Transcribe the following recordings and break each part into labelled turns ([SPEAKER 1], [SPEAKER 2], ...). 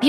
[SPEAKER 1] 美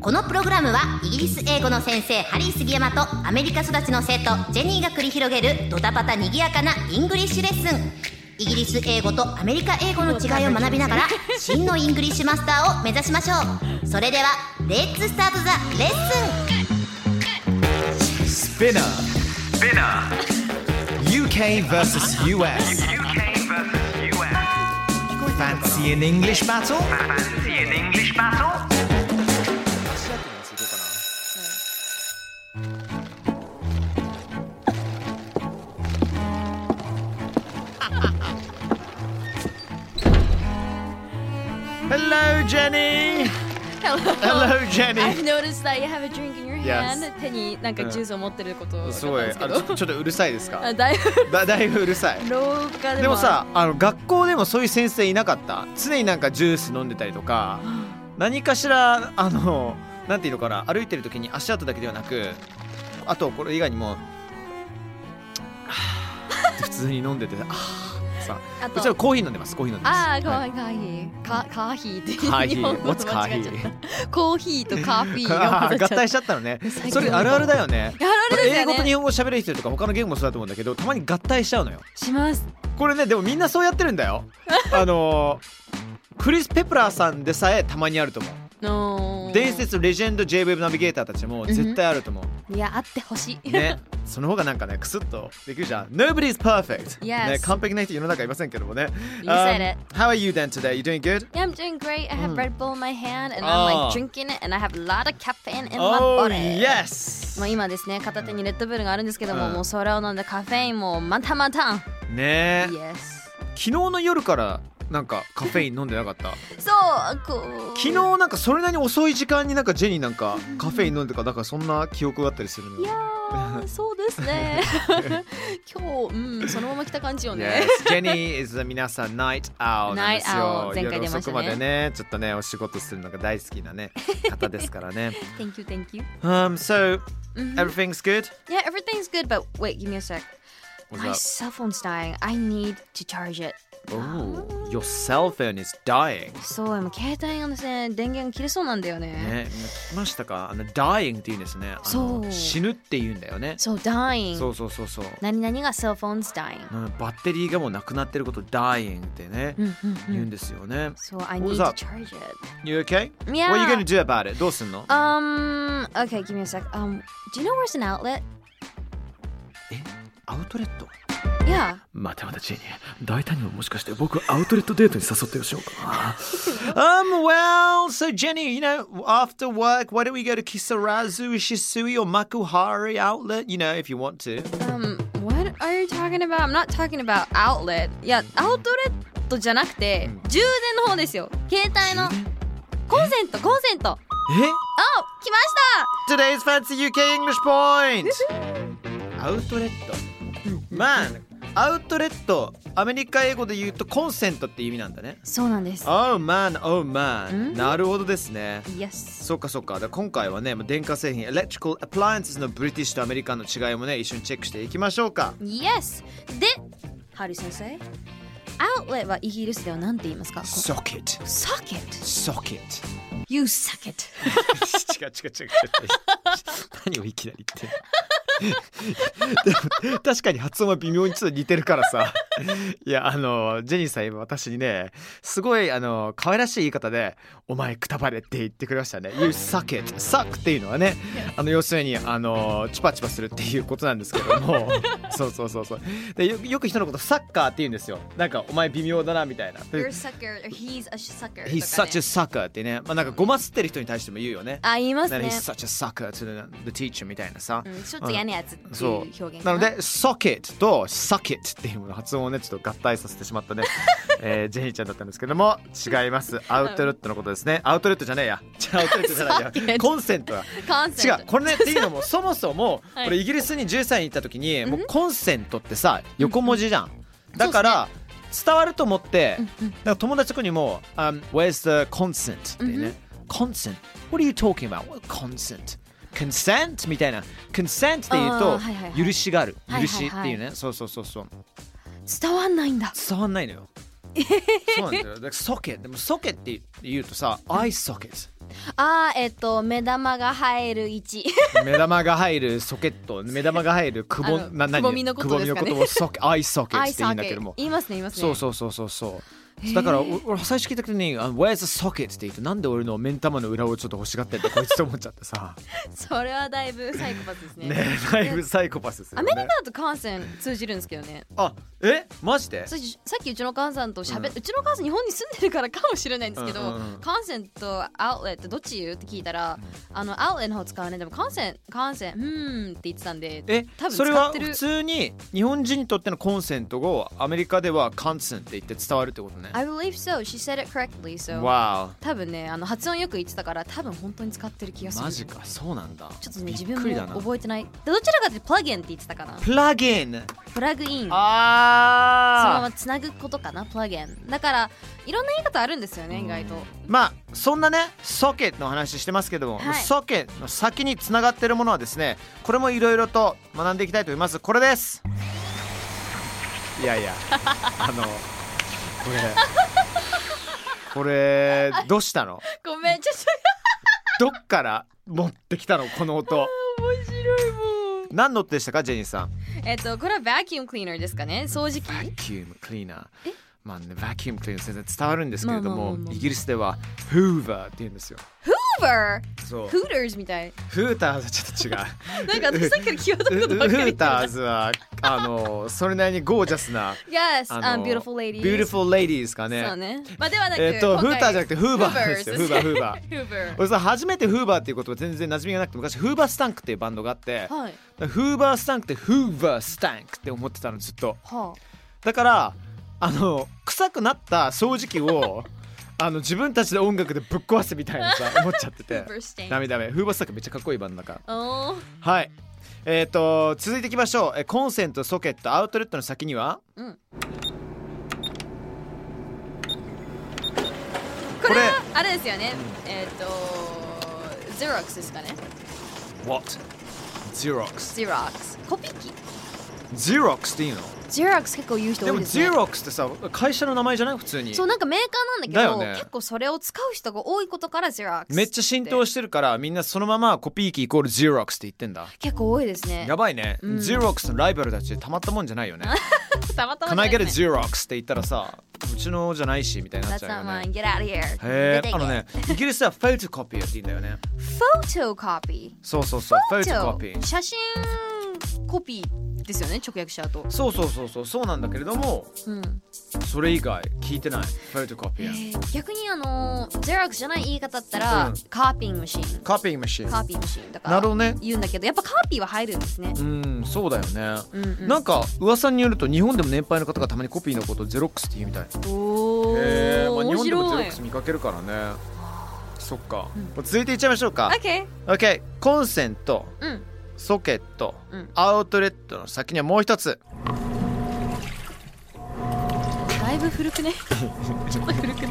[SPEAKER 2] このプログラムはイギリス英語の先生ハリー杉山とアメリカ育ちの生徒ジェニーが繰り広げるドタパタにぎやかなイングリッシュレッスンイギリス英語とアメリカ英語の違いを学びながら真のイングリッシュマスターを目指しましょうそれではレッツスタートザレッスン
[SPEAKER 3] Spinner. Spinner. UK versus US. UK versus US. Fancy an English battle?
[SPEAKER 4] Fancy an English battle?
[SPEAKER 3] Hello, Jenny.
[SPEAKER 5] Hello.
[SPEAKER 3] Hello, Jenny.
[SPEAKER 5] I've noticed that you have a drink in your hand.
[SPEAKER 3] Yes.
[SPEAKER 5] 手になんかジュースを持ってることだったん
[SPEAKER 3] すごい
[SPEAKER 5] ですけ
[SPEAKER 3] あ
[SPEAKER 5] ど
[SPEAKER 3] の。ちょちょっとうるさいです
[SPEAKER 5] あ
[SPEAKER 3] か
[SPEAKER 5] だいぶ
[SPEAKER 3] だ だいぶうるさい
[SPEAKER 5] 廊下でも。
[SPEAKER 3] でもさあの学校でもそういう先生いなかった常になんかジュース飲んでたりとか何かしらあのなんていうのかな歩いてる時に足跡だけではなくあとこれ以外にもはぁって普通に飲んでてあーさ
[SPEAKER 5] あ
[SPEAKER 3] こちら
[SPEAKER 5] と。
[SPEAKER 3] コーヒー飲んでますコーヒー飲んでます
[SPEAKER 5] ああ、かわ
[SPEAKER 3] い
[SPEAKER 5] いいかわいい。か、カーヒーって。
[SPEAKER 3] カーヒ
[SPEAKER 5] 日本
[SPEAKER 3] ー
[SPEAKER 5] 語
[SPEAKER 3] What's
[SPEAKER 5] と
[SPEAKER 3] カ
[SPEAKER 5] 間違
[SPEAKER 3] ー
[SPEAKER 5] え
[SPEAKER 3] ヒ
[SPEAKER 5] ちゃっ
[SPEAKER 3] ー
[SPEAKER 5] た。コーヒーとカーヒーが
[SPEAKER 3] あー合
[SPEAKER 5] 混ざっちゃっ
[SPEAKER 3] 体しちゃったのね
[SPEAKER 5] 最高
[SPEAKER 3] それあるあるだよね
[SPEAKER 5] た。やられるんだ
[SPEAKER 3] 英
[SPEAKER 5] よ
[SPEAKER 3] 語と日
[SPEAKER 5] ね。
[SPEAKER 3] 本語喋れる人とか他の言語もそうだと思うんだけどたまに合体しちゃうのよ
[SPEAKER 5] します。
[SPEAKER 3] これねでもみんなそうやってるんだ よあのークリス・ペプラーさんでさえたまにあると思う
[SPEAKER 5] の。
[SPEAKER 3] 伝。説レジェンド JWEB ナビゲーターたちも絶対あると思う、
[SPEAKER 5] いや、あってほし い。
[SPEAKER 3] ねその方がなんかねクスッとできるじゃん Nobody's perfect、
[SPEAKER 5] Yes
[SPEAKER 3] ね、完璧な人世の中いませんけどもね
[SPEAKER 5] You said it.
[SPEAKER 3] Um, How are you then today? You doing good?
[SPEAKER 5] Yeah, I'm doing great.
[SPEAKER 3] う
[SPEAKER 5] I
[SPEAKER 3] ん
[SPEAKER 5] have Red Bull in my hand and
[SPEAKER 3] あー
[SPEAKER 5] I'm like drinking it and I have a lot of caffeine in my
[SPEAKER 3] oh
[SPEAKER 5] body.
[SPEAKER 3] yes
[SPEAKER 5] まあ今ですね、片手にレッドブルがあるんですけど
[SPEAKER 3] う
[SPEAKER 5] も、
[SPEAKER 3] ん
[SPEAKER 5] もうそれを飲んでカフェインもまたまたん。
[SPEAKER 3] ね
[SPEAKER 5] Yes.
[SPEAKER 3] 昨日の夜からなんかカフェイン飲んでなかった
[SPEAKER 5] そう、こう。
[SPEAKER 3] 昨日なんかそれなりに遅い時間になんかジェニーなんかカフェイン飲んでたからなんかそんな記憶があったりするのよ
[SPEAKER 5] いや ー、そうですね。今日、うん、そのまま来た感じよね。
[SPEAKER 3] Yes, Jenny is 皆さん Night Owl なんですよ。
[SPEAKER 5] Night Owl 前回
[SPEAKER 3] 夜
[SPEAKER 5] 出ま
[SPEAKER 3] 遅
[SPEAKER 5] した
[SPEAKER 3] く
[SPEAKER 5] ね
[SPEAKER 3] までね、ちょっとね、お仕事するのが大好きなね、方ですからね。
[SPEAKER 5] thank you, thank you.
[SPEAKER 3] um, so,
[SPEAKER 5] うん
[SPEAKER 3] everything's good?
[SPEAKER 5] Yeah, everything's good, but wait, give me a sec. My
[SPEAKER 3] up?
[SPEAKER 5] cell phone's dying. I need to charge it.
[SPEAKER 3] Oh, your cell phone is dying.
[SPEAKER 5] そう、今携帯がですね、電源が切れそうなんだよね。
[SPEAKER 3] ね、今聞きましたかあの、dying って言うんですね。あの
[SPEAKER 5] そう
[SPEAKER 3] 死ぬって言うんだよね。
[SPEAKER 5] そう、dying.
[SPEAKER 3] そうそうそうそう。
[SPEAKER 5] 何々が cell phone's dying.
[SPEAKER 3] うんバッテリーがもうなくなってること dying ってね、
[SPEAKER 5] うんうんう
[SPEAKER 3] 言うん
[SPEAKER 5] ん。
[SPEAKER 3] ですよね。
[SPEAKER 5] そう、I
[SPEAKER 3] What
[SPEAKER 5] need
[SPEAKER 3] was
[SPEAKER 5] to
[SPEAKER 3] up?
[SPEAKER 5] charge it.
[SPEAKER 3] You okay?
[SPEAKER 5] Yeah.
[SPEAKER 3] What are you gonna do about it? どうすんの
[SPEAKER 5] Um, okay, give me a sec. Um, do you know where's an outlet?
[SPEAKER 3] アウトレット
[SPEAKER 5] Yeah.
[SPEAKER 6] またまたジェニー大胆にももしかして僕をアウトレットデートに誘ってほしようか
[SPEAKER 3] Um, well, so Jenny, you know, after work, why don't we go to Kisarazu, Ishisui, or Makuhari outlet? You know, if you want to.
[SPEAKER 5] Um, what are you talking about? I'm not talking about outlet. いや、アウトレットじゃなくて、充電の方ですよ。携帯の。コンセント、コンセント。
[SPEAKER 3] Eh?
[SPEAKER 5] お来ました
[SPEAKER 3] Today's fancy UK English point. アウトレット。まあ、アウトレット、アメリカ英語で言うとコンセントって意味なんだね。
[SPEAKER 5] そうなんです。
[SPEAKER 3] Oh man, oh man.
[SPEAKER 5] ん
[SPEAKER 3] なるほどですね。
[SPEAKER 5] Yes.
[SPEAKER 3] そうかそうか。だから今回はね、もう電化製品、Electrical Appliances のブリティッシュとアメリカンの違いもね、一緒にチェックしていきましょうか。
[SPEAKER 5] Yes! で、ハリー先生、アウトレットはイギリスでは何て言いますか
[SPEAKER 3] Socket,
[SPEAKER 5] サケッ
[SPEAKER 3] socket.
[SPEAKER 5] ト !You socket!
[SPEAKER 3] 違う違う違う違う何をいきなり言って でも確かに発音は微妙にちょっと似てるからさいやあのジェニーさん今私にねすごいあの可愛らしい言い方で「お前くたばれ」って言ってくれましたね「You suck it」「suck」っていうのはねあの要するにあのチュパチュパするっていうことなんですけど もそうそうそうそうでよよく人のこと「サッカー」って言うんですよなんか「お前微妙だな」みたいな
[SPEAKER 5] You're a sucker, or he's a sucker.
[SPEAKER 3] He's
[SPEAKER 5] とか
[SPEAKER 3] such a
[SPEAKER 5] ね
[SPEAKER 3] sucker ってね、まあ、なんかごますってる人に対しても言うよね。
[SPEAKER 5] あ、言います
[SPEAKER 3] な
[SPEAKER 5] ね
[SPEAKER 3] He's。such a sucker to the, the teacher みたいなさ
[SPEAKER 5] う。んちょっと嫌なやつっていう
[SPEAKER 3] そ
[SPEAKER 5] 表現
[SPEAKER 3] う。
[SPEAKER 5] か
[SPEAKER 3] な
[SPEAKER 5] な。
[SPEAKER 3] ので、socket と sucket っていうもの発音をねちょっと合体させてしま ったね、えージェニーちゃんだったんですけども違いますアウトレットのことですねアウトレットじゃねえやじゃあアウトレットじゃない
[SPEAKER 5] さっきのや
[SPEAKER 3] や
[SPEAKER 5] つ
[SPEAKER 3] コンセントだ
[SPEAKER 5] コンセ
[SPEAKER 3] 違
[SPEAKER 5] ン
[SPEAKER 3] うこれねっていうの もそもそも
[SPEAKER 5] はい
[SPEAKER 3] これイギリスに10歳に行った時にもううんコンセントってさ横文字じゃんだから伝わると思って
[SPEAKER 5] うんうん
[SPEAKER 3] だから友達とかにも「um, Where's the consent?」って
[SPEAKER 5] うんう
[SPEAKER 3] ね
[SPEAKER 5] ん
[SPEAKER 3] 「consent? What are you talking about? What consent? consent?」みたいな「consent」って言う
[SPEAKER 5] あー
[SPEAKER 3] と
[SPEAKER 5] はいはいはい
[SPEAKER 3] 許しがある
[SPEAKER 5] はいはいはい
[SPEAKER 3] 許しっていうねそうそうそうそう
[SPEAKER 5] 伝わんないんだ
[SPEAKER 3] 伝わんないの よそうなんだよだからソケでもソケって言うとさ「eye socket」
[SPEAKER 5] あーえっ、と目玉が入る位置
[SPEAKER 3] 目玉が入るソケット目玉が入るくぼ
[SPEAKER 5] あの
[SPEAKER 3] な何
[SPEAKER 5] くぼみのことですかね
[SPEAKER 3] くぼみのことを ソケアイソケットって言うんだけども
[SPEAKER 5] 言いますね言いますね
[SPEAKER 3] そうそうそうそうそうだからお俺最初聞いた時に「あ Where's the socket?」って言ってなんで俺の目ん玉の裏をちょっと欲しがってんだこいつと思っちゃってさ
[SPEAKER 5] それはだいぶサイコパスです ね
[SPEAKER 3] ねだいぶサイコパスですよ
[SPEAKER 5] アメリカ
[SPEAKER 3] ね
[SPEAKER 5] だとカンセン通じるんですけどね
[SPEAKER 3] あえマジで
[SPEAKER 5] さっきさっきうちの母さんとしゃべ、
[SPEAKER 3] う
[SPEAKER 5] うちの母さん日本に住んでるからかもしれないんですけど、
[SPEAKER 3] うんうんうん
[SPEAKER 5] カンセンとアウトレットどっち言うって聞いたら、あのアウトレットの方使わないでもカンセンカンセンうーんって言ってたんで
[SPEAKER 3] え
[SPEAKER 5] 多分
[SPEAKER 3] それ
[SPEAKER 5] 使
[SPEAKER 3] は
[SPEAKER 5] ってる
[SPEAKER 3] 普通に日本人にとってのコンセントをアメリカではカンセンって言って伝わるってことね
[SPEAKER 5] I believe so she said it correctly so、
[SPEAKER 3] わ
[SPEAKER 5] 多分ねあの発音よく言ってたから多分本当に使ってる気がす
[SPEAKER 3] お
[SPEAKER 5] る
[SPEAKER 3] マジかそうなんだ
[SPEAKER 5] ちょっとね
[SPEAKER 3] び
[SPEAKER 5] 自
[SPEAKER 3] っ
[SPEAKER 5] 分
[SPEAKER 3] くりだな
[SPEAKER 5] も覚えてないでどちらかというとプラグインって言ってたかな
[SPEAKER 3] プラグイン
[SPEAKER 5] プラグインそのま
[SPEAKER 3] ああ
[SPEAKER 5] まつなぐことかなプラグインだからいろんな言い方あるんですよね意外と
[SPEAKER 3] まあそんなねソケットの話してますけども、
[SPEAKER 5] はい
[SPEAKER 3] ソケットの先につながってるものはですねこれもいろいろと学んでいきたいと思いますこれですいやいや あのこれこれどうしたの
[SPEAKER 5] ごめんちょっと
[SPEAKER 3] どっから持ってきたのこの音
[SPEAKER 5] 面白いもう
[SPEAKER 3] 何の音でしたかジェニーさん
[SPEAKER 5] えっと、これはバーキュームクリーナーですかね掃除機
[SPEAKER 3] バキュームクリーナーまあねバキュームクリーナー全然伝わるんですけれど
[SPEAKER 5] まあまあ
[SPEAKER 3] も
[SPEAKER 5] まあまあ
[SPEAKER 3] イギリスではフーバーって言うんですよ
[SPEAKER 5] Hoover!
[SPEAKER 3] そう
[SPEAKER 5] Hooters みたい。
[SPEAKER 3] フーターズはちょっと違う
[SPEAKER 5] なんか私さっきから際どいこと
[SPEAKER 3] ウ
[SPEAKER 5] ばっかり
[SPEAKER 3] ー
[SPEAKER 5] 言って
[SPEAKER 3] ター
[SPEAKER 5] た。
[SPEAKER 3] ズはあのそれなりにゴージャスな
[SPEAKER 5] Yes,
[SPEAKER 3] あ
[SPEAKER 5] um,
[SPEAKER 3] の
[SPEAKER 5] beautiful ladies.
[SPEAKER 3] beautiful ladies か
[SPEAKER 5] そう
[SPEAKER 3] ね。
[SPEAKER 5] ね。まあではなく、
[SPEAKER 3] えっと
[SPEAKER 5] 今
[SPEAKER 3] フ
[SPEAKER 5] 回
[SPEAKER 3] ーターじゃなくてフーバーですよ。フーバー
[SPEAKER 5] Hoovers
[SPEAKER 3] フーバー。
[SPEAKER 5] Hoover。
[SPEAKER 3] 俺さ初めてフーバーっていう言葉全然馴染みがなくて昔フーバースタンクっていうバンドがあって、
[SPEAKER 5] はい。
[SPEAKER 3] フーバースタンクってフーバースタンクって思ってたのずっと
[SPEAKER 5] は
[SPEAKER 3] だからあの臭くなった掃除機 をあの自分たちで音楽でぶっ壊すみたいなさ思っちゃって
[SPEAKER 5] あ。
[SPEAKER 3] て
[SPEAKER 5] Hoover Stain
[SPEAKER 3] ダメダメフーバースタンクめっちゃかっこいいバンドだから
[SPEAKER 5] おー
[SPEAKER 3] はい。えっ、と続いていきましょう。えーコンセント、ソケット、アウトレットの先には、
[SPEAKER 5] うん
[SPEAKER 3] これ
[SPEAKER 5] あれですよね。えっと、Xerox ですかね。
[SPEAKER 3] what Xerox
[SPEAKER 5] Xerox。コピー機
[SPEAKER 3] Xerox っていいの？
[SPEAKER 5] ?Xerox 結構言う人
[SPEAKER 3] で
[SPEAKER 5] 多
[SPEAKER 3] も
[SPEAKER 5] いですね。
[SPEAKER 3] Xerox ってさ会社の名前じゃない普通に
[SPEAKER 5] そう、。なんかメーカー
[SPEAKER 3] だ
[SPEAKER 5] なんだ
[SPEAKER 3] よ
[SPEAKER 5] け
[SPEAKER 3] ね
[SPEAKER 5] ど、結構それを使う人が多いことから Xerox。
[SPEAKER 3] めっちゃ浸透してるからみんなそのままコピー機イコール Xerox って言ってんだ。
[SPEAKER 5] 結構多いですね
[SPEAKER 3] や。ばいね。
[SPEAKER 5] うん
[SPEAKER 3] Xerox のライバルたちでたまったもんじゃないよね。
[SPEAKER 5] たまた
[SPEAKER 3] Can
[SPEAKER 5] ま
[SPEAKER 3] I
[SPEAKER 5] じゃ
[SPEAKER 3] get
[SPEAKER 5] な
[SPEAKER 3] a
[SPEAKER 5] い
[SPEAKER 3] Xerox って言ったらさうちのじゃないしみたいになっ
[SPEAKER 5] That's
[SPEAKER 3] ちゃ
[SPEAKER 5] not
[SPEAKER 3] うよね
[SPEAKER 5] mine. Get out of here.
[SPEAKER 3] へ
[SPEAKER 5] 出
[SPEAKER 3] え
[SPEAKER 5] て
[SPEAKER 3] あの
[SPEAKER 5] け
[SPEAKER 3] ね。イギリスでは photocopy って言うんだよね
[SPEAKER 5] Photocopy.
[SPEAKER 3] そうそうそう photocopy
[SPEAKER 5] 写真コピーですよね、直訳しちゃうと。
[SPEAKER 3] そうそうそうそうそうなんだけれども
[SPEAKER 5] うん、
[SPEAKER 3] それ以外聞いてないフェルトコピ
[SPEAKER 5] え
[SPEAKER 3] ー
[SPEAKER 5] ー逆にあのー、Xerox じゃない言い方だったら、
[SPEAKER 3] うん
[SPEAKER 5] カーピングマシーン。
[SPEAKER 3] カピーマシン
[SPEAKER 5] カーピングマシーンとか
[SPEAKER 3] なるほどね
[SPEAKER 5] 言うんだけど、やっぱカーピーは入るんですね。
[SPEAKER 3] うんそうだよね
[SPEAKER 5] うんうん、
[SPEAKER 3] なんか噂によると日本でも年配の方がたまにコピーのことをゼロックスって言うみたい
[SPEAKER 5] おー、
[SPEAKER 3] へーまあ日
[SPEAKER 5] 面
[SPEAKER 3] 本でもゼロ
[SPEAKER 5] 白
[SPEAKER 3] ッ
[SPEAKER 5] い
[SPEAKER 3] ク。ス見かけるからねそっか、もう続いていっちゃいましょうか
[SPEAKER 5] OK。
[SPEAKER 3] OK コンセント
[SPEAKER 5] うん。
[SPEAKER 3] ソケット、
[SPEAKER 5] うん
[SPEAKER 3] アウトレットの先にはもう一つ
[SPEAKER 5] だいぶ 古くね。ちょっと古くね。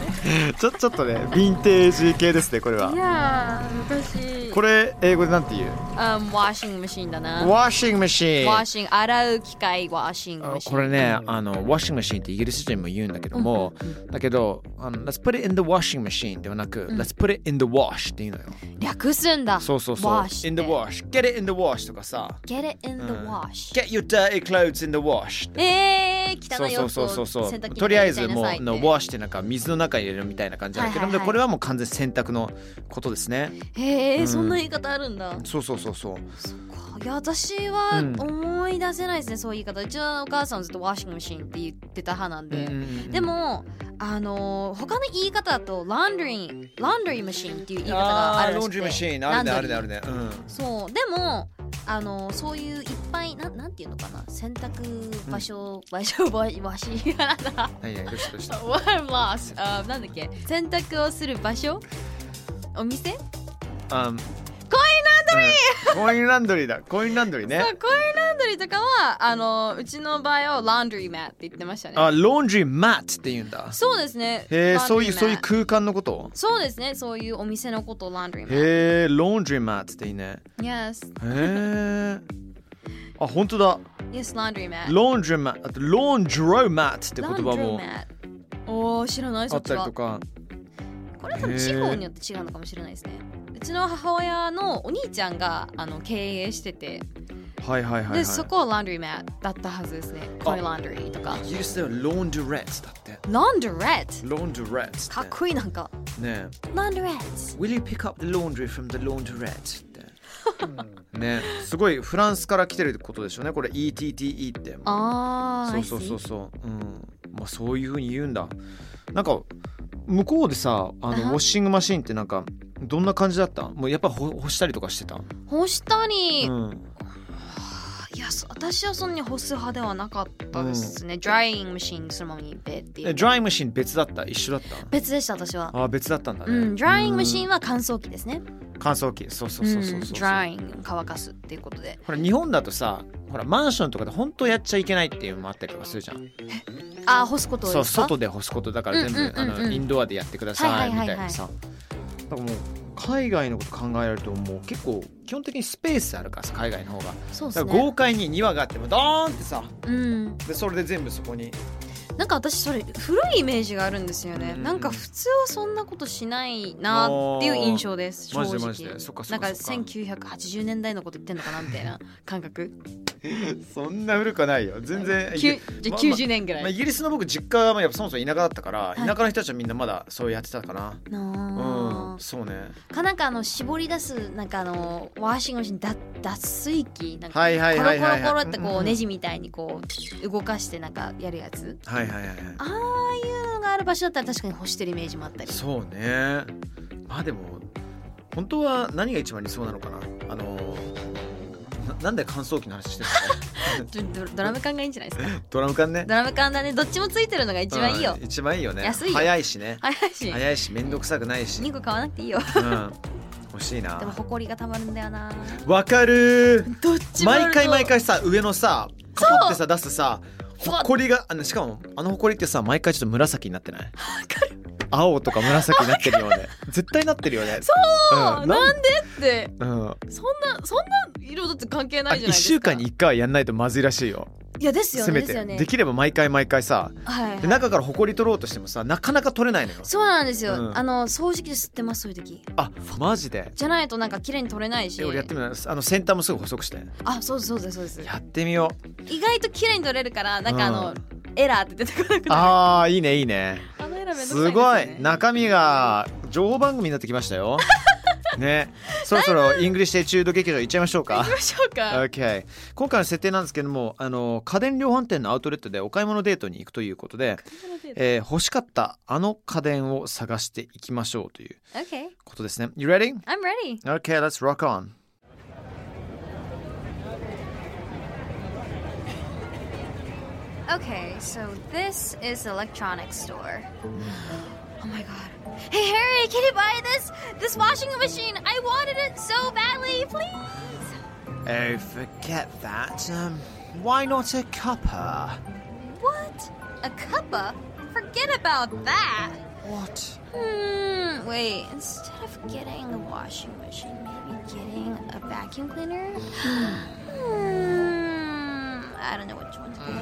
[SPEAKER 3] ちょちょっとねヴィンテージ系ですねこれ
[SPEAKER 5] いやー、昔。
[SPEAKER 3] これ英語でなんて言う
[SPEAKER 5] うん、ワシングマシーンだな。
[SPEAKER 3] ワッシングマシーン
[SPEAKER 5] ワーシング洗う機械ワーシング
[SPEAKER 3] あ
[SPEAKER 5] マシン
[SPEAKER 3] これね、あの、ワッシングマシーンってイギリス人も言うんだけども、だけど、あの、Let's put it in the washing machine ではなく、Let's put it in the wash っていうのよ。
[SPEAKER 5] 略すんだ
[SPEAKER 3] そうそうそう。
[SPEAKER 5] wash って
[SPEAKER 3] in the wash。Get it in the wash とかさ、
[SPEAKER 5] Get it in the wash、
[SPEAKER 3] Get your dirty clothes in the wash って。
[SPEAKER 5] えー、
[SPEAKER 3] そ
[SPEAKER 5] 汚
[SPEAKER 3] う
[SPEAKER 5] い
[SPEAKER 3] そう
[SPEAKER 5] 洋服
[SPEAKER 3] そう
[SPEAKER 5] を
[SPEAKER 3] そう
[SPEAKER 5] 洗
[SPEAKER 3] そう
[SPEAKER 5] 濯機に
[SPEAKER 3] とりあえず
[SPEAKER 5] 入れちゃい
[SPEAKER 3] もう
[SPEAKER 5] なさいって
[SPEAKER 3] の wash ってなんか水の中に入れるみたいな感じなんだけど、
[SPEAKER 5] はいはいは
[SPEAKER 3] で
[SPEAKER 5] い
[SPEAKER 3] これはもう完全洗濯のことですね
[SPEAKER 5] へえ、
[SPEAKER 3] うん
[SPEAKER 5] そんな言い方あるんだ
[SPEAKER 3] そうそうそうそう
[SPEAKER 5] そっかいや私は
[SPEAKER 3] うん
[SPEAKER 5] 思い出せないですね、そういう言い方うちのお母さんはずっとワーシングマシンって言ってた派なんで、でもあのー他の言い方だとランドリーランドリーマシンっていう言い方がある
[SPEAKER 3] ロ
[SPEAKER 5] らし
[SPEAKER 3] ン
[SPEAKER 5] く
[SPEAKER 3] ジ
[SPEAKER 5] て
[SPEAKER 3] ーマシーンあるねあるねある
[SPEAKER 5] ね
[SPEAKER 3] ねうん
[SPEAKER 5] そうでもあのそういういっぱいなんなんていうのかな洗濯場所、場所場場所やらだ
[SPEAKER 3] 何々どうしたどう した
[SPEAKER 5] What loss あなんだっけ洗濯をする場所お店、
[SPEAKER 3] Um, コインランドリー、だコインランドリーね
[SPEAKER 5] そうコインランドリーとかはあのうちの場合はランドリーマットって言ってましたね
[SPEAKER 3] あロンドリーマットって言うんだ
[SPEAKER 5] そうですね
[SPEAKER 3] へえ
[SPEAKER 5] laundry
[SPEAKER 3] そういう
[SPEAKER 5] mat
[SPEAKER 3] そういう空間のこと
[SPEAKER 5] そうですねそういうお店のことをランドリーマッ
[SPEAKER 3] へえロンドリーマットっていいね
[SPEAKER 5] ト Yes
[SPEAKER 3] へえあ本当だ
[SPEAKER 5] Yes ランドリーマット
[SPEAKER 3] ロンドリーマットあとロンドローマットって言葉も
[SPEAKER 5] おおー知らない
[SPEAKER 3] あ
[SPEAKER 5] そ
[SPEAKER 3] っ
[SPEAKER 5] っち
[SPEAKER 3] たり
[SPEAKER 5] は
[SPEAKER 3] とか
[SPEAKER 5] これは多分地方によって違うのかもしれないですねうちの母親のお兄ちゃんがあの経営してて
[SPEAKER 3] はいはいはい、はい、
[SPEAKER 5] でそこはランドリーマットだったはずですねコインランドリーとか
[SPEAKER 3] イギリスではロンドレッツだって
[SPEAKER 5] ランドレット
[SPEAKER 3] ロンドレッツ
[SPEAKER 5] かっこいいなんか
[SPEAKER 3] いね
[SPEAKER 5] ランドレット
[SPEAKER 3] Will you pick up the laundry from the laundrette? ってねすごいフランスから来てることでしょうねこれ ETTE って
[SPEAKER 5] あ
[SPEAKER 3] そ
[SPEAKER 5] あ
[SPEAKER 3] うそうそうそう、うんまあ、そういうふうに言うんだなんか向こうでさあの
[SPEAKER 5] あは
[SPEAKER 3] ウォッシングマシンってなんかどんな感じだったもうやっぱほ干したりとかしてた、
[SPEAKER 5] 干したり、
[SPEAKER 3] うん、
[SPEAKER 5] いやそ私はそんなに干す派ではなかったですね、ドライイングマシンそのままにベってい
[SPEAKER 3] え
[SPEAKER 5] う
[SPEAKER 3] ドライマシン別だった一緒だった
[SPEAKER 5] 別でした私は
[SPEAKER 3] あー別だったんだね、
[SPEAKER 5] うん、ドライイングマシン
[SPEAKER 3] ン
[SPEAKER 5] は乾燥機ですね。
[SPEAKER 3] 乾燥機そうそうそうそうそう、
[SPEAKER 5] ん、ドライイング乾かすっていうことで。
[SPEAKER 3] ほら日本だとさほらマンションとかで本当やっちゃいけないっていうのもあったりとかするじゃん
[SPEAKER 5] あー、干すことです
[SPEAKER 3] そ
[SPEAKER 5] か
[SPEAKER 3] う外で干すことだから全部、
[SPEAKER 5] うんうんうんうん
[SPEAKER 3] あのインドアでやってくださいみ
[SPEAKER 5] はいはいはいはい
[SPEAKER 3] たいなさ、だからもう海外のこと考えられるともう結構基本的にスペースあるからさ海外の方が
[SPEAKER 5] そうで
[SPEAKER 3] だ
[SPEAKER 5] す
[SPEAKER 3] から
[SPEAKER 5] ね。
[SPEAKER 3] 豪快に庭があってもドーンってさ
[SPEAKER 5] うん。
[SPEAKER 3] でそれで全部そこに
[SPEAKER 5] なんか私それ古いイメージがあるんですよね。
[SPEAKER 3] うん
[SPEAKER 5] なんか普通はそんなことしないなっていう印象です。正
[SPEAKER 3] マジ
[SPEAKER 5] 直
[SPEAKER 3] でマジでそっかそ
[SPEAKER 5] な
[SPEAKER 3] っ
[SPEAKER 5] んか
[SPEAKER 3] かそっか
[SPEAKER 5] 1980年代のこと言ってんのかなみたいな感覚。
[SPEAKER 3] そんな古くはないよ全然
[SPEAKER 5] きゅじゃあ
[SPEAKER 3] まあ
[SPEAKER 5] 90年ぐら
[SPEAKER 3] まあ、イ
[SPEAKER 5] い。
[SPEAKER 3] ギリスの僕実家はまあやっぱそもそも田舎だったから、
[SPEAKER 5] い
[SPEAKER 3] 田舎の人たちはみんなまだそうやってたかな
[SPEAKER 5] な
[SPEAKER 3] う
[SPEAKER 5] あ
[SPEAKER 3] んそうね
[SPEAKER 5] かなんかあの絞り出すなんかあのワーシングマシンだ脱水機なんか
[SPEAKER 3] はいはい
[SPEAKER 5] コロ
[SPEAKER 3] はい
[SPEAKER 5] コ
[SPEAKER 3] は
[SPEAKER 5] ロ
[SPEAKER 3] い
[SPEAKER 5] コロって
[SPEAKER 3] うん
[SPEAKER 5] こ
[SPEAKER 3] う
[SPEAKER 5] うんネジみたいにこう動かしてなんかやるやつ
[SPEAKER 3] はいはいはいはい
[SPEAKER 5] ああいうのがある場所だったら確かに干してるイメージもあったり
[SPEAKER 3] そうねまあでも本当は何が一番理想なのかなあのななんで乾燥機の話してる の
[SPEAKER 5] ドドドラム缶がいいんじゃないですか
[SPEAKER 3] ドラム缶ね
[SPEAKER 5] ドラム缶だねどっちもついてるのが一番いいよ
[SPEAKER 3] うん一番いいよね
[SPEAKER 5] 安いよ
[SPEAKER 3] 早いしね
[SPEAKER 5] 早いし
[SPEAKER 3] 早いし面倒くさくないし、
[SPEAKER 5] 2個買わなくていいよ
[SPEAKER 3] うん、欲しい
[SPEAKER 5] でも
[SPEAKER 3] な
[SPEAKER 5] ほこりがたまるんだよな
[SPEAKER 3] わかるー
[SPEAKER 5] どっちもある
[SPEAKER 3] 毎
[SPEAKER 5] と
[SPEAKER 3] 回毎回さ上のさカポってさ出すさほこりがあのしかもあのほこりってさ毎回ちょっと紫になってない青とか紫になってるよね絶対なってるよねそう
[SPEAKER 5] あなんでって
[SPEAKER 3] うん、
[SPEAKER 5] そんなそんな色だって関係な
[SPEAKER 3] あ
[SPEAKER 5] いじゃないで
[SPEAKER 3] 1
[SPEAKER 5] すか
[SPEAKER 3] 週間に1回はやんないとまずいらしいよ
[SPEAKER 5] いやですよ
[SPEAKER 3] せ
[SPEAKER 5] ね
[SPEAKER 3] め
[SPEAKER 5] です
[SPEAKER 3] て
[SPEAKER 5] よね
[SPEAKER 3] できれば毎回毎回さ
[SPEAKER 5] はい、
[SPEAKER 3] で中からほこり取ろうとしてもさなかなか取れないのよ
[SPEAKER 5] そうなんですよ、
[SPEAKER 3] うん
[SPEAKER 5] あの掃除機で吸ってますそういう時
[SPEAKER 3] あマジで
[SPEAKER 5] じゃないとなんか綺麗に取れないし
[SPEAKER 3] え俺やってみないあの先端もすぐ細くして
[SPEAKER 5] あそうですそうですそうです
[SPEAKER 3] やってみよう
[SPEAKER 5] 意外と綺麗に取れるからなんかあの、
[SPEAKER 3] う
[SPEAKER 5] エラーって出てこなくなる
[SPEAKER 3] ああいいねいいね
[SPEAKER 5] あのエラーめん
[SPEAKER 3] す
[SPEAKER 5] どく
[SPEAKER 3] ご
[SPEAKER 5] さい
[SPEAKER 3] い
[SPEAKER 5] んですよね
[SPEAKER 3] 中身が情報番組になってきました よねそろそろイングリッシュエチュード劇場行っちゃいましょう
[SPEAKER 5] 行
[SPEAKER 3] か
[SPEAKER 5] きましょう か
[SPEAKER 3] OK 今回の設定なんですけどもあの家電量販店のアウトレットでお買い物デートに行くということで、えー欲しかったあの家電を探していきましょうという
[SPEAKER 5] Okay
[SPEAKER 3] ことですね You ready?
[SPEAKER 5] I'm ready
[SPEAKER 3] Okay, let's rock on.
[SPEAKER 5] Okay so this is electronic store Oh my god Hey Harry can you buy this This washing machine I wanted it so badly please
[SPEAKER 3] Oh, forget that. Um, why not a cuppa?
[SPEAKER 5] What A cuppa Forget about that
[SPEAKER 3] What?
[SPEAKER 5] Hmm wait instead of getting the washing machine maybe getting a vacuum cleaner Hmm I don't know which one to get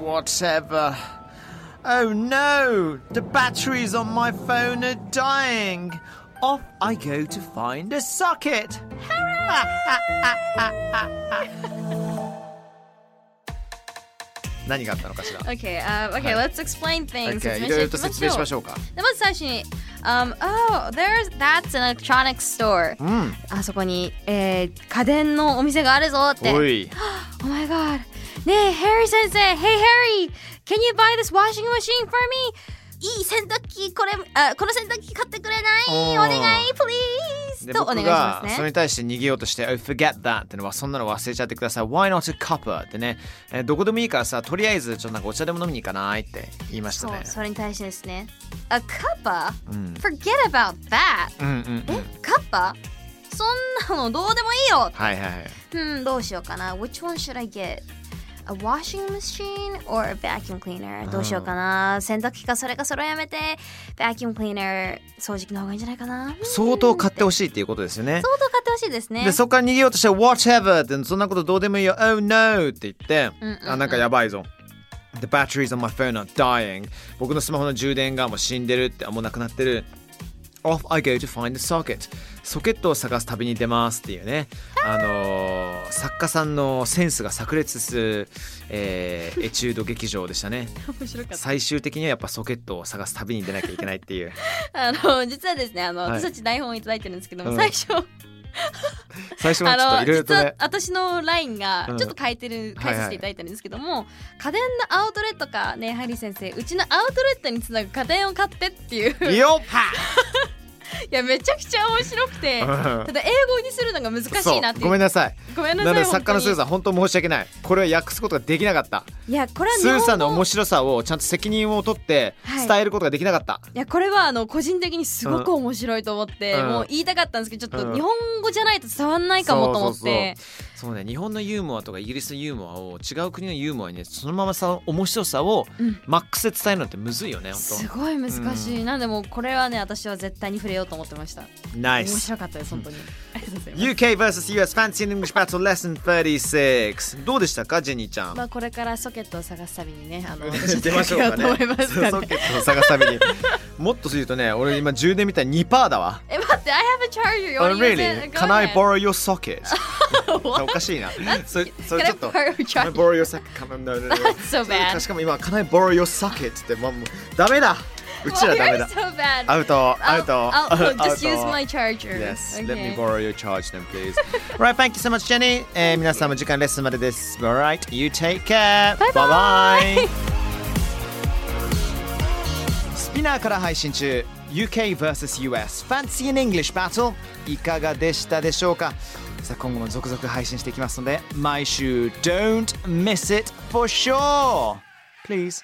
[SPEAKER 3] Whatever. Oh no! The batteries on my phone are dying! Off I go to find a socket! 何があったのかしら
[SPEAKER 5] Okay, uh, okay, let's explain things.
[SPEAKER 3] Okay, いろいろと説明しましょうか。
[SPEAKER 5] でまず最初に、um, oh, there's that's an electronic store.
[SPEAKER 3] うん。
[SPEAKER 5] あそこに、えー、家電のお店があるぞって。
[SPEAKER 3] おい。
[SPEAKER 5] Oh my god. ねえ、Harry 先生、Hey Harry, can you buy this washing machine for me? いい洗濯機これ、あこの洗濯機買ってくれない
[SPEAKER 3] おー
[SPEAKER 5] お願い、please! です。とお願いし
[SPEAKER 3] が
[SPEAKER 5] ます
[SPEAKER 3] それ
[SPEAKER 5] ね。
[SPEAKER 3] に対して逃げようとして「I forget that」ってのはそんなの忘れちゃってください「Why not a cuppa?」ってね、えーどこでもいいからさとりあえずちょっとなんかお茶でも飲みに行かないって言いました
[SPEAKER 5] そう
[SPEAKER 3] ね、
[SPEAKER 5] それに対してですね。A cuppa?
[SPEAKER 3] うん、
[SPEAKER 5] Forget about that!
[SPEAKER 3] うんうんうん
[SPEAKER 5] えカッパそんなのどうでもいいよ
[SPEAKER 3] はいはいはい
[SPEAKER 5] うん、どうしようかな Which one should I get? A washing machine or a vacuum cleaner? どうしようかな洗濯機かそれかそれはやめて Vacuum cleaner 掃除機の方がいいんじゃないかなうん
[SPEAKER 3] 相当買ってほしいっていうことですよね
[SPEAKER 5] 相当買ってほしいですね
[SPEAKER 3] でそこから逃げようとして「whatever」ってそんなことどうでもいいよ「oh no」って言って
[SPEAKER 5] うんうんうん
[SPEAKER 3] あなんかやばいぞ The batteries on my phone are dying 僕のスマホの充電がもう死んでるってあもうなくなってる Off I go to find the socket ソケットを探す旅に出ますっていうねあのー作家さんのセンスが炸裂する、えーエチュード劇場でしたね
[SPEAKER 5] 面白かった
[SPEAKER 3] 最終的にはやっぱソケットを探す旅に出なきゃいけないっていう
[SPEAKER 5] あの実はですねあの、
[SPEAKER 3] はい
[SPEAKER 5] 私たち台本をいただいてるんですけども、
[SPEAKER 3] うん
[SPEAKER 5] 最初
[SPEAKER 3] 最初はちょっ
[SPEAKER 5] あ
[SPEAKER 3] と
[SPEAKER 5] の
[SPEAKER 3] いろいろと
[SPEAKER 5] 実は
[SPEAKER 3] ね
[SPEAKER 5] 私のラインが
[SPEAKER 3] うん
[SPEAKER 5] ちょっと変えてる、
[SPEAKER 3] はいはい
[SPEAKER 5] 変えさせていただいたんですけども、家電のアウトレットかねハリー先生うちのアウトレットにつなぐ家電を買ってっていう
[SPEAKER 3] 「 よっは!
[SPEAKER 5] いやめちゃくちゃ面白くて、
[SPEAKER 3] うん
[SPEAKER 5] ただ英語にするのが難しいなっ
[SPEAKER 3] そう
[SPEAKER 5] ていう
[SPEAKER 3] ごめんなさい
[SPEAKER 5] ごめんな
[SPEAKER 3] な
[SPEAKER 5] さ
[SPEAKER 3] の
[SPEAKER 5] い
[SPEAKER 3] で作家のスー
[SPEAKER 5] ん
[SPEAKER 3] さん本当申し訳ないこれは訳すことができなかった
[SPEAKER 5] いやこれは日
[SPEAKER 3] ス
[SPEAKER 5] 本
[SPEAKER 3] ー
[SPEAKER 5] 語
[SPEAKER 3] さんの面白さをちゃんと責任を取って
[SPEAKER 5] はい
[SPEAKER 3] 伝えることができなかった、
[SPEAKER 5] いやこれはあの個人的にすごく面白いと思って、
[SPEAKER 3] うん
[SPEAKER 5] もう言いたかったんですけどちょっ
[SPEAKER 3] う
[SPEAKER 5] と
[SPEAKER 3] ん
[SPEAKER 5] 日本語じゃないと伝わんないかもと思って
[SPEAKER 3] そうね日本のユーモアとかイギリスのユーモアを違う国のユーモアにねそのままさ面白さを
[SPEAKER 5] うん
[SPEAKER 3] マックスで伝えるのってむずいよね
[SPEAKER 5] す
[SPEAKER 3] 本
[SPEAKER 5] ごい難しい、なんでもうこれはね私は絶対に触れようと思ってました
[SPEAKER 3] 当ナイ
[SPEAKER 5] 面
[SPEAKER 3] ス
[SPEAKER 5] 白かったです本当に、ありがとうございます
[SPEAKER 3] UK vs US Fancy and English Battle Lesson 36どうでしたかジェニーちゃん
[SPEAKER 5] まあこれからソケットを探すたびにね、 あの
[SPEAKER 3] 出ましょうか
[SPEAKER 5] 私たちがやろうと思い
[SPEAKER 3] ね。
[SPEAKER 5] ますから
[SPEAKER 3] ソ
[SPEAKER 5] ね
[SPEAKER 3] ケットを探すために。もっとするとね、俺今充電みたいに2%だわ。
[SPEAKER 5] え待って、I have a charger. You
[SPEAKER 3] Oh,
[SPEAKER 5] wanna use
[SPEAKER 3] really?
[SPEAKER 5] it? Go
[SPEAKER 3] Can I
[SPEAKER 5] ahead.
[SPEAKER 3] borrow your socket? おかしいな。 それそ
[SPEAKER 5] Can
[SPEAKER 3] れ
[SPEAKER 5] I
[SPEAKER 3] ちょっと。
[SPEAKER 5] borrow your
[SPEAKER 3] Can I
[SPEAKER 5] charger?
[SPEAKER 3] borrow your socket? Can I- no, no, no.
[SPEAKER 5] That's so bad.
[SPEAKER 3] しかも今、Can I borrow your socket? って、まあ、もうダメだ。うち
[SPEAKER 5] Well,
[SPEAKER 3] らダメ
[SPEAKER 5] you're
[SPEAKER 3] だ。
[SPEAKER 5] so bad.
[SPEAKER 3] アウト、ア
[SPEAKER 5] I'll,
[SPEAKER 3] ウト。
[SPEAKER 5] I'll, I'll
[SPEAKER 3] アウ
[SPEAKER 5] just
[SPEAKER 3] ト
[SPEAKER 5] use my charger.
[SPEAKER 3] Yes,
[SPEAKER 5] Okay.
[SPEAKER 3] let me borrow your charge then, please. right, thank you so much, Jenny. Eh, えー皆さんも時間レッスンまでです。Alright, you take care.
[SPEAKER 5] Bye bye.
[SPEAKER 3] Bye bye. スピナーから配信中 UK vs.US Fancy in English Battle いかがでしたでしょうかさあ今後も続々配信していきますので毎週 Don't miss it for sure! Please!